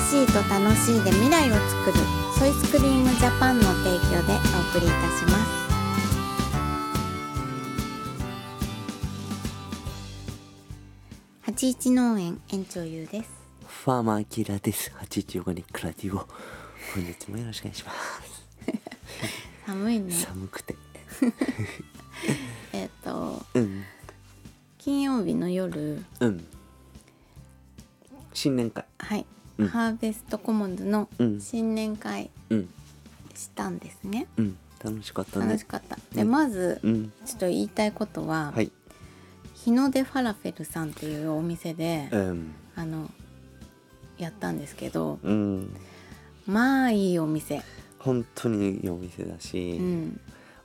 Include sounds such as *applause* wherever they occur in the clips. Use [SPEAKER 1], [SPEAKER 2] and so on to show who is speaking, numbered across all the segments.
[SPEAKER 1] しいと楽しいで未来を作るソイスクリームジャパンの提供でお送りいたします八一農園園長優です
[SPEAKER 2] ファーマーキラーです。815にクラディを。本日もよろしくお願いします。
[SPEAKER 1] 寒いね
[SPEAKER 2] 寒くて。
[SPEAKER 1] えっ、と
[SPEAKER 2] うん。
[SPEAKER 1] 金曜日の夜
[SPEAKER 2] うん。新年会。
[SPEAKER 1] はい、
[SPEAKER 2] うん
[SPEAKER 1] ハーベストコモンズの
[SPEAKER 2] うん
[SPEAKER 1] 新年会
[SPEAKER 2] うん。
[SPEAKER 1] したんですね、
[SPEAKER 2] うん。楽しかったね。
[SPEAKER 1] 楽しかった、で
[SPEAKER 2] うん
[SPEAKER 1] まず、
[SPEAKER 2] うん。
[SPEAKER 1] ちょっと言いたいことは、
[SPEAKER 2] はい。
[SPEAKER 1] 日の出ファラフェルさんっていうお店で、
[SPEAKER 2] うん。
[SPEAKER 1] あのやったんですけど
[SPEAKER 2] うん。
[SPEAKER 1] まあいいお店
[SPEAKER 2] 本当にいいお店だし、
[SPEAKER 1] うん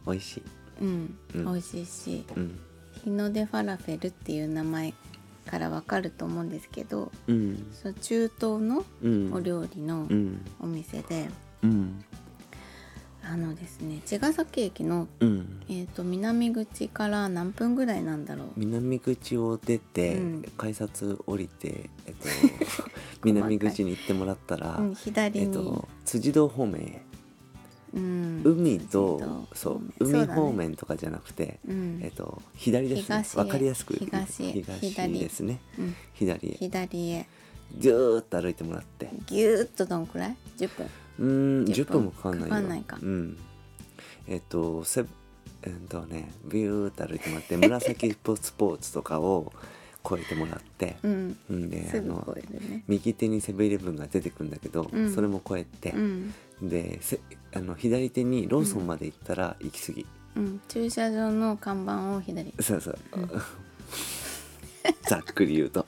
[SPEAKER 2] 美味しい。
[SPEAKER 1] うん、
[SPEAKER 2] うん
[SPEAKER 1] 美味しいし
[SPEAKER 2] うん。
[SPEAKER 1] 日の出ファラフェルっていう名前からわかると思うんですけど
[SPEAKER 2] うん。
[SPEAKER 1] その中東の
[SPEAKER 2] うん。
[SPEAKER 1] お料理の
[SPEAKER 2] うん。
[SPEAKER 1] お店で、
[SPEAKER 2] うん。
[SPEAKER 1] あのですね茅ヶ崎駅の、
[SPEAKER 2] うん。
[SPEAKER 1] えー、と南口から何分ぐらいなんだろう
[SPEAKER 2] 南口を出て、
[SPEAKER 1] うん
[SPEAKER 2] 改札降りて、え
[SPEAKER 1] *laughs*
[SPEAKER 2] っと、 *laughs* 南口に行ってもらったら、
[SPEAKER 1] うん、左
[SPEAKER 2] えっ
[SPEAKER 1] に、
[SPEAKER 2] と、辻堂方面へ。
[SPEAKER 1] うん、
[SPEAKER 2] 海と
[SPEAKER 1] そ
[SPEAKER 2] そうう
[SPEAKER 1] だね
[SPEAKER 2] 海方面とかじゃなくて、
[SPEAKER 1] うん
[SPEAKER 2] えっと左ですね
[SPEAKER 1] 東へ
[SPEAKER 2] わかりやすく
[SPEAKER 1] 東へ
[SPEAKER 2] 東ですね
[SPEAKER 1] うん、
[SPEAKER 2] 左へ
[SPEAKER 1] 左へ
[SPEAKER 2] ずーっと歩いてもらって
[SPEAKER 1] ぎゅーっとどんくらい10分
[SPEAKER 2] うーん
[SPEAKER 1] 10
[SPEAKER 2] 10
[SPEAKER 1] 分
[SPEAKER 2] 分もかかんないよ
[SPEAKER 1] かかんないか
[SPEAKER 2] うんえっとセブえっとねビューっと歩いてもらっ
[SPEAKER 1] *laughs*
[SPEAKER 2] て紫スポーツとかを越えてもらって
[SPEAKER 1] うん
[SPEAKER 2] うんですあ
[SPEAKER 1] ぐ
[SPEAKER 2] の
[SPEAKER 1] 超えるね
[SPEAKER 2] 右手にセブンイレブンが出てくるんだけど、
[SPEAKER 1] うん
[SPEAKER 2] それも越えて
[SPEAKER 1] う、ん
[SPEAKER 2] でせあの左手にローソンまで行ったら行き過ぎ、
[SPEAKER 1] うん、駐車場の看板を左
[SPEAKER 2] そうそう。ざっくり言うと。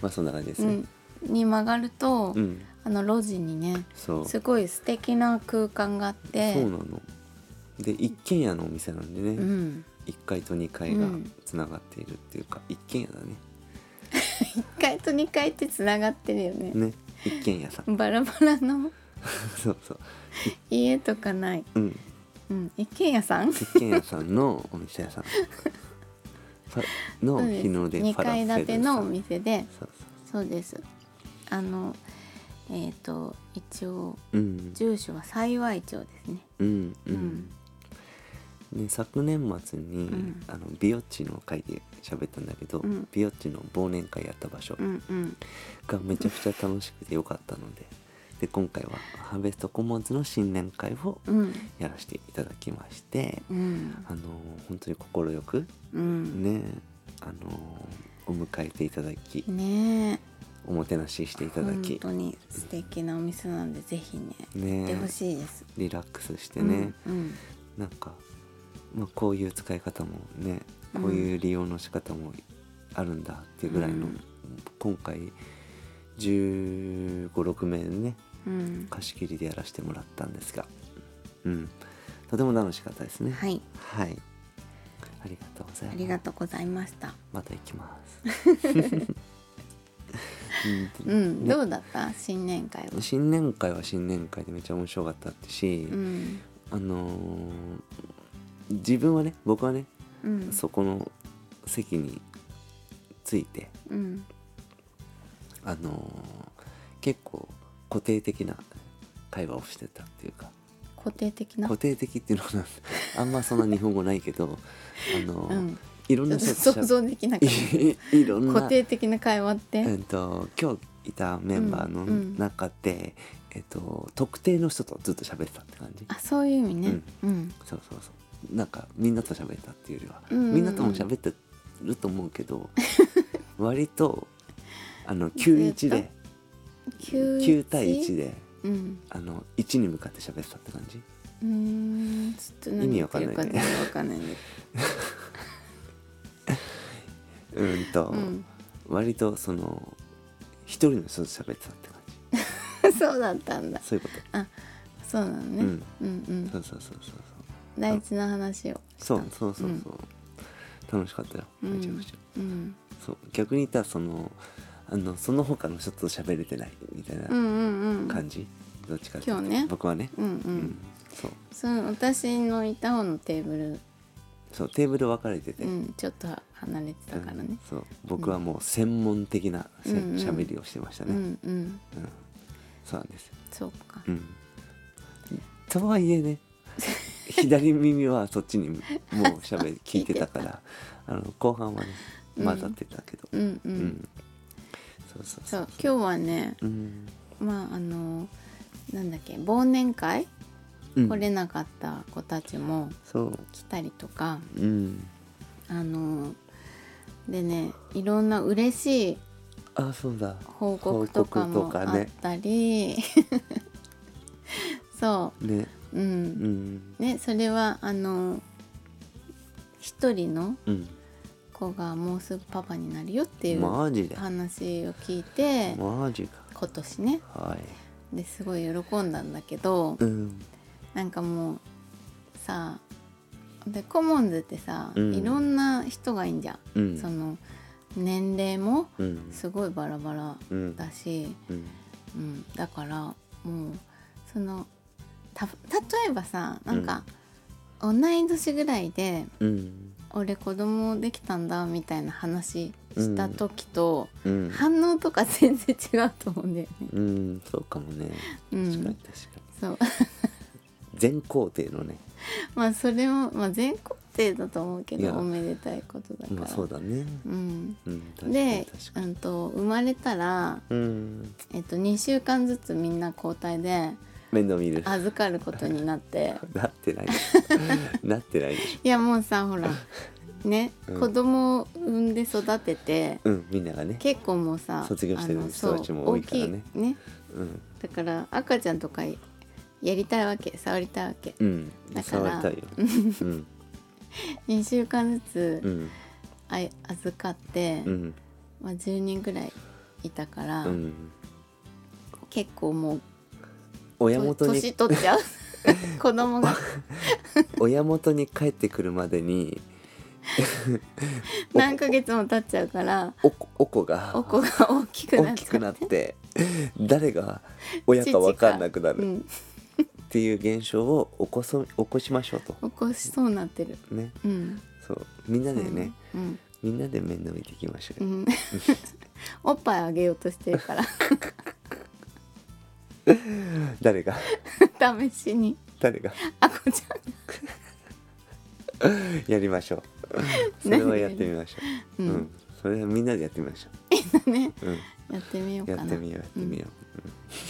[SPEAKER 2] まあそんな感じです
[SPEAKER 1] う
[SPEAKER 2] ね。
[SPEAKER 1] ん、に曲がると、
[SPEAKER 2] うん。
[SPEAKER 1] あの路地にね
[SPEAKER 2] そう。そ
[SPEAKER 1] すごい素敵な空間があって
[SPEAKER 2] うなの。で一軒家のお店なんで
[SPEAKER 1] う
[SPEAKER 2] ね、
[SPEAKER 1] ん、
[SPEAKER 2] 一階と二階が
[SPEAKER 1] うん
[SPEAKER 2] つながっているっていうか、一軒家だね。
[SPEAKER 1] 1階と2階ってつながってるよね
[SPEAKER 2] ね、一軒
[SPEAKER 1] *laughs*
[SPEAKER 2] 家さん。
[SPEAKER 1] バラバラの *laughs*
[SPEAKER 2] そうそう。
[SPEAKER 1] 家とかない、
[SPEAKER 2] うん、
[SPEAKER 1] うん、一軒家さん
[SPEAKER 2] 一軒家さんのお
[SPEAKER 1] *laughs*
[SPEAKER 2] 店屋さん。ファの日の出フ
[SPEAKER 1] 2
[SPEAKER 2] ァラフ
[SPEAKER 1] 階
[SPEAKER 2] ェルさん。
[SPEAKER 1] 建てのお店で
[SPEAKER 2] そう
[SPEAKER 1] そうですあのえっ、と一応
[SPEAKER 2] そう。うん。
[SPEAKER 1] 住所は幸い町ですね
[SPEAKER 2] うんう
[SPEAKER 1] うん
[SPEAKER 2] ん、ね、昨年末に、
[SPEAKER 1] うん
[SPEAKER 2] あのビオッチの会で喋ったんだけど、
[SPEAKER 1] うん
[SPEAKER 2] ビオッチの忘年会やった場所
[SPEAKER 1] うんうん
[SPEAKER 2] がめちゃくちゃ楽しくてよかったのでで今回はハーベストコモンズの新年会を
[SPEAKER 1] うん
[SPEAKER 2] やらせていただきまして、
[SPEAKER 1] うん
[SPEAKER 2] あの本当に快く
[SPEAKER 1] うん
[SPEAKER 2] ねあのお迎えていただき
[SPEAKER 1] ね
[SPEAKER 2] おもてなししてい
[SPEAKER 1] え
[SPEAKER 2] ただ
[SPEAKER 1] 本
[SPEAKER 2] き
[SPEAKER 1] 当に素敵なお店なんでぜひね行って
[SPEAKER 2] ね
[SPEAKER 1] ほしいです、
[SPEAKER 2] リラックスしてね、
[SPEAKER 1] うん
[SPEAKER 2] なんか、まあ、こういう使い方もねこういう利用の仕方もあるんだっていうぐらいの、
[SPEAKER 1] うん
[SPEAKER 2] 今回1 5 6名ね
[SPEAKER 1] うん、
[SPEAKER 2] 貸し切りでやらせてもらったんですが、うん、とても楽しかったです
[SPEAKER 1] う
[SPEAKER 2] ね
[SPEAKER 1] ん、はい
[SPEAKER 2] はい、ありがとうござい
[SPEAKER 1] あ
[SPEAKER 2] ます
[SPEAKER 1] りがとうございました
[SPEAKER 2] また行きます *laughs*
[SPEAKER 1] う
[SPEAKER 2] うん
[SPEAKER 1] ん
[SPEAKER 2] ね
[SPEAKER 1] どうだった新年会は
[SPEAKER 2] 新年会は新年会でめっちゃ面白かったし、
[SPEAKER 1] うん
[SPEAKER 2] あのー自分はね僕はね
[SPEAKER 1] うん
[SPEAKER 2] そこの席について、
[SPEAKER 1] うん
[SPEAKER 2] あのー結構固定的な会話をしてたっていうか
[SPEAKER 1] 固定的な
[SPEAKER 2] 固定的っていうのはなん *laughs* あんまそんな日本語ないけど、あのー
[SPEAKER 1] うん
[SPEAKER 2] いろん
[SPEAKER 1] ちょ
[SPEAKER 2] な
[SPEAKER 1] っと
[SPEAKER 2] 人
[SPEAKER 1] 想像できなかっ
[SPEAKER 2] *laughs* いいろ
[SPEAKER 1] た
[SPEAKER 2] んな
[SPEAKER 1] 固、定的な会話って、
[SPEAKER 2] うん、と今日いたメンバー
[SPEAKER 1] う
[SPEAKER 2] の
[SPEAKER 1] んうん
[SPEAKER 2] 中で、えっと、特定の人とずっと喋ってたって感じ。
[SPEAKER 1] あそういう意味ねうん
[SPEAKER 2] そうそうそうなんかみんなと喋ったっていうよりは、
[SPEAKER 1] うんうんうん
[SPEAKER 2] みんなとも喋ってると思う
[SPEAKER 1] *laughs*
[SPEAKER 2] けど割とあの91で
[SPEAKER 1] 九
[SPEAKER 2] 9対1で
[SPEAKER 1] うん
[SPEAKER 2] あの1に向かって喋ってたって感じ
[SPEAKER 1] うーんちょっと何言ってるか全然わかんないね
[SPEAKER 2] *laughs* うーんと、
[SPEAKER 1] うん
[SPEAKER 2] 割とその一人の人と喋ってたって感じ
[SPEAKER 1] そうだったんだ *laughs*
[SPEAKER 2] そういうこと
[SPEAKER 1] そうなのね、う
[SPEAKER 2] うんん、
[SPEAKER 1] うん
[SPEAKER 2] そうそうそうそう
[SPEAKER 1] 大事な話を
[SPEAKER 2] そうそうそうそうそう、楽しかったよ
[SPEAKER 1] うん
[SPEAKER 2] めちゃくちゃ、
[SPEAKER 1] うん
[SPEAKER 2] そう逆に言ったらそのあのその他の人と喋れてないみたいな
[SPEAKER 1] うんうんうん
[SPEAKER 2] 感じ、どっちかっていう
[SPEAKER 1] 今
[SPEAKER 2] と
[SPEAKER 1] 日ね
[SPEAKER 2] 僕はね
[SPEAKER 1] うんうん、
[SPEAKER 2] うんそう
[SPEAKER 1] その私のいた方のテーブル、
[SPEAKER 2] そうテーブル分かれてて、
[SPEAKER 1] うん、ちょっと離れてたから
[SPEAKER 2] う
[SPEAKER 1] ね
[SPEAKER 2] ん、そう僕はもう専門的なせ
[SPEAKER 1] うんうん
[SPEAKER 2] 喋りをしてました
[SPEAKER 1] う
[SPEAKER 2] ね、
[SPEAKER 1] んうん
[SPEAKER 2] うんそうなんですよ
[SPEAKER 1] そうか
[SPEAKER 2] うんとはい
[SPEAKER 1] *laughs*
[SPEAKER 2] えね左耳はそっちにもう喋り聞いてたからあの後半はね
[SPEAKER 1] うん
[SPEAKER 2] 混ざってたけど、
[SPEAKER 1] うんう、
[SPEAKER 2] うんそうそうそ
[SPEAKER 1] そうう今日はね
[SPEAKER 2] うん
[SPEAKER 1] まああのなんだっけ忘年会
[SPEAKER 2] うん
[SPEAKER 1] 来れなかった子たちも
[SPEAKER 2] そう
[SPEAKER 1] 来たりとか、
[SPEAKER 2] うん
[SPEAKER 1] あのでねいろんな嬉しい
[SPEAKER 2] あそうだ
[SPEAKER 1] 報告とか
[SPEAKER 2] 報
[SPEAKER 1] も
[SPEAKER 2] 告とか
[SPEAKER 1] あっ
[SPEAKER 2] ね
[SPEAKER 1] たり、 *laughs* そ
[SPEAKER 2] ね
[SPEAKER 1] う、うん
[SPEAKER 2] うん
[SPEAKER 1] ねそれはあの一人の
[SPEAKER 2] うん
[SPEAKER 1] 子がもうすぐパパになるよっていう
[SPEAKER 2] マジで
[SPEAKER 1] 話を聞いて
[SPEAKER 2] マジか
[SPEAKER 1] 今年ね
[SPEAKER 2] はい
[SPEAKER 1] ですごい喜んだんだけど、
[SPEAKER 2] うん
[SPEAKER 1] なんかもうさでコモンズってさ、
[SPEAKER 2] うん
[SPEAKER 1] いろんな人がいいんじゃん、
[SPEAKER 2] うん
[SPEAKER 1] その年齢も
[SPEAKER 2] うん
[SPEAKER 1] すごいバラバラ
[SPEAKER 2] うん
[SPEAKER 1] だし、
[SPEAKER 2] うん
[SPEAKER 1] うん、だからもうそのた例えばさなんか、同い年ぐらいで
[SPEAKER 2] うん
[SPEAKER 1] 俺子供できたんだみたいな話した時と、
[SPEAKER 2] うん
[SPEAKER 1] 反応とか全然違うと思うんだよね。
[SPEAKER 2] うんそうかもね
[SPEAKER 1] う
[SPEAKER 2] 確かに
[SPEAKER 1] ん、
[SPEAKER 2] 確かに
[SPEAKER 1] そう *laughs*
[SPEAKER 2] 全工程のね
[SPEAKER 1] まあそれも、まあ、全校程だと思うけ
[SPEAKER 2] い
[SPEAKER 1] ど
[SPEAKER 2] や
[SPEAKER 1] おめでたいことだから。
[SPEAKER 2] まあそうだね
[SPEAKER 1] うん、
[SPEAKER 2] うん確かに
[SPEAKER 1] で
[SPEAKER 2] 確、か
[SPEAKER 1] う
[SPEAKER 2] に
[SPEAKER 1] ん、と生まれたら、
[SPEAKER 2] うん
[SPEAKER 1] えっと、2週間ずつみんな交代で
[SPEAKER 2] 面倒見る
[SPEAKER 1] 預かることにな
[SPEAKER 2] *laughs*
[SPEAKER 1] って
[SPEAKER 2] なってないなってないでし
[SPEAKER 1] いやもうさほらね、
[SPEAKER 2] うん
[SPEAKER 1] 子供を産んで育てて
[SPEAKER 2] ょうんみんながね
[SPEAKER 1] 結構もうさ
[SPEAKER 2] 卒業してる
[SPEAKER 1] あの
[SPEAKER 2] 人たちも多いからね
[SPEAKER 1] そう大きいね
[SPEAKER 2] うん
[SPEAKER 1] だから赤ちゃんとかやりたいわけ触りたいわけ
[SPEAKER 2] うん
[SPEAKER 1] だか
[SPEAKER 2] 触
[SPEAKER 1] ら
[SPEAKER 2] りたいようん
[SPEAKER 1] 2週間ず
[SPEAKER 2] う
[SPEAKER 1] つ
[SPEAKER 2] ん
[SPEAKER 1] あい預かって、
[SPEAKER 2] うん
[SPEAKER 1] まあ、10人ぐらいいたから、
[SPEAKER 2] うん
[SPEAKER 1] 結構もう
[SPEAKER 2] 親
[SPEAKER 1] と
[SPEAKER 2] 元
[SPEAKER 1] 年
[SPEAKER 2] に
[SPEAKER 1] 取っち
[SPEAKER 2] *laughs*
[SPEAKER 1] ゃう子供が
[SPEAKER 2] 親元に帰ってくるまでに
[SPEAKER 1] 何ヶ月も経っちゃうから
[SPEAKER 2] おこおこが
[SPEAKER 1] お子が大きくな
[SPEAKER 2] 大
[SPEAKER 1] っ
[SPEAKER 2] き
[SPEAKER 1] ち
[SPEAKER 2] く
[SPEAKER 1] ゃう
[SPEAKER 2] なって誰が親か分かんなくな
[SPEAKER 1] う
[SPEAKER 2] る
[SPEAKER 1] ん、
[SPEAKER 2] っていう現象を起こそ起こしましょうと
[SPEAKER 1] 起こしそうになってる
[SPEAKER 2] ね
[SPEAKER 1] うん
[SPEAKER 2] そうみんなでね
[SPEAKER 1] うん、
[SPEAKER 2] みんなで面倒見ていきましょ
[SPEAKER 1] う
[SPEAKER 2] うよ *laughs*
[SPEAKER 1] ん、おっぱいあげようとしてるから *laughs*
[SPEAKER 2] 誰が *laughs*
[SPEAKER 1] 試しに
[SPEAKER 2] 誰が *laughs*
[SPEAKER 1] あこちゃん
[SPEAKER 2] やりましょうそれはやってみましょう、
[SPEAKER 1] うん
[SPEAKER 2] うん、それはみんなでやってみましょ
[SPEAKER 1] がね
[SPEAKER 2] う、うん、
[SPEAKER 1] やってみようか
[SPEAKER 2] や
[SPEAKER 1] な
[SPEAKER 2] ってみようやってみよう、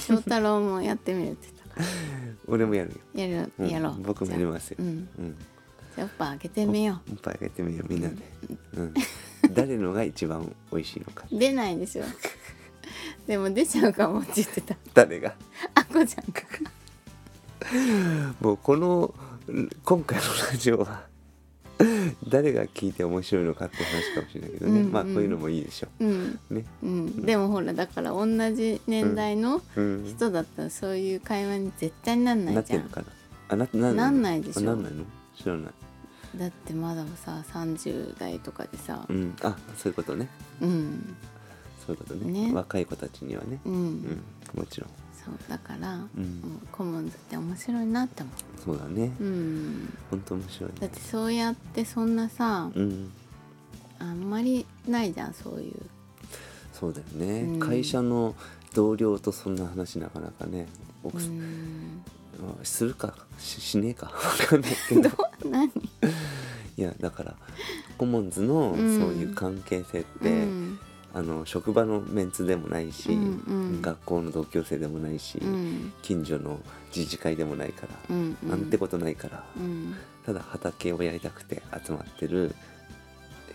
[SPEAKER 1] 翔太郎もやってみるって言ったか
[SPEAKER 2] うん俺もやるよ、
[SPEAKER 1] らやる、
[SPEAKER 2] うん
[SPEAKER 1] やろう
[SPEAKER 2] 僕もやりますよ
[SPEAKER 1] じゃあうん
[SPEAKER 2] うん、
[SPEAKER 1] じゃあおっぱいあげてみよ
[SPEAKER 2] おっぱいあげてみようみんなで、うん、誰のが一番美味しいのか
[SPEAKER 1] う出ないで
[SPEAKER 2] *laughs*
[SPEAKER 1] しょでも出ちゃうかもって言ってた
[SPEAKER 2] 誰が
[SPEAKER 1] あこちゃんが
[SPEAKER 2] もうこのうん今回のラジオは誰が聞いて面白いのかって話かもしれないけどね、
[SPEAKER 1] うんうん
[SPEAKER 2] まあこういうのもいいでしょ
[SPEAKER 1] うん
[SPEAKER 2] うね
[SPEAKER 1] うんでもほらだから同じ年代の
[SPEAKER 2] うん
[SPEAKER 1] 人だったらそういう会話に絶対なんな
[SPEAKER 2] ないっ
[SPEAKER 1] じ
[SPEAKER 2] て
[SPEAKER 1] ゃ
[SPEAKER 2] る
[SPEAKER 1] ん
[SPEAKER 2] かなあなな
[SPEAKER 1] なんないでしょ
[SPEAKER 2] あなんないの知らない
[SPEAKER 1] だってまださ30代とかでさ
[SPEAKER 2] うんあそういうことね
[SPEAKER 1] うん
[SPEAKER 2] そういうことね
[SPEAKER 1] ね
[SPEAKER 2] 若い子たちにはね
[SPEAKER 1] うん、
[SPEAKER 2] うんもちろん
[SPEAKER 1] そうだから、
[SPEAKER 2] ん
[SPEAKER 1] もうコモンズって面白いなって思
[SPEAKER 2] そうだね、
[SPEAKER 1] う、うん、
[SPEAKER 2] ほんと面白いね
[SPEAKER 1] だってそうやってそんなさ
[SPEAKER 2] うん
[SPEAKER 1] あんまりないじゃんそういう
[SPEAKER 2] そうだよね、
[SPEAKER 1] うん
[SPEAKER 2] 会社の同僚とそんな話なかなかね奥
[SPEAKER 1] う
[SPEAKER 2] さん
[SPEAKER 1] ん
[SPEAKER 2] まあするかししねえかわかんないけ
[SPEAKER 1] *laughs*
[SPEAKER 2] ど
[SPEAKER 1] 何
[SPEAKER 2] いやだからコモンズのそう
[SPEAKER 1] うん
[SPEAKER 2] いう関係性って、
[SPEAKER 1] うん
[SPEAKER 2] あの職場のメンツでもないし、
[SPEAKER 1] うんうん
[SPEAKER 2] 学校の同級生でもないし、
[SPEAKER 1] うん
[SPEAKER 2] 近所の自治会でもないから、
[SPEAKER 1] うんうん
[SPEAKER 2] なんてことないから、
[SPEAKER 1] うん
[SPEAKER 2] ただ畑をやりたくて集まってる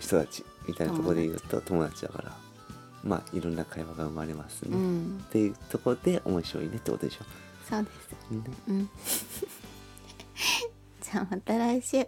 [SPEAKER 2] 人たちみたいなところで言うと友達だからまあいろんな会話が生まれますね、
[SPEAKER 1] う
[SPEAKER 2] っ
[SPEAKER 1] ん
[SPEAKER 2] ていうところで面白いねってことでしょ。
[SPEAKER 1] そうです *laughs*
[SPEAKER 2] ね
[SPEAKER 1] うんじゃあまた来週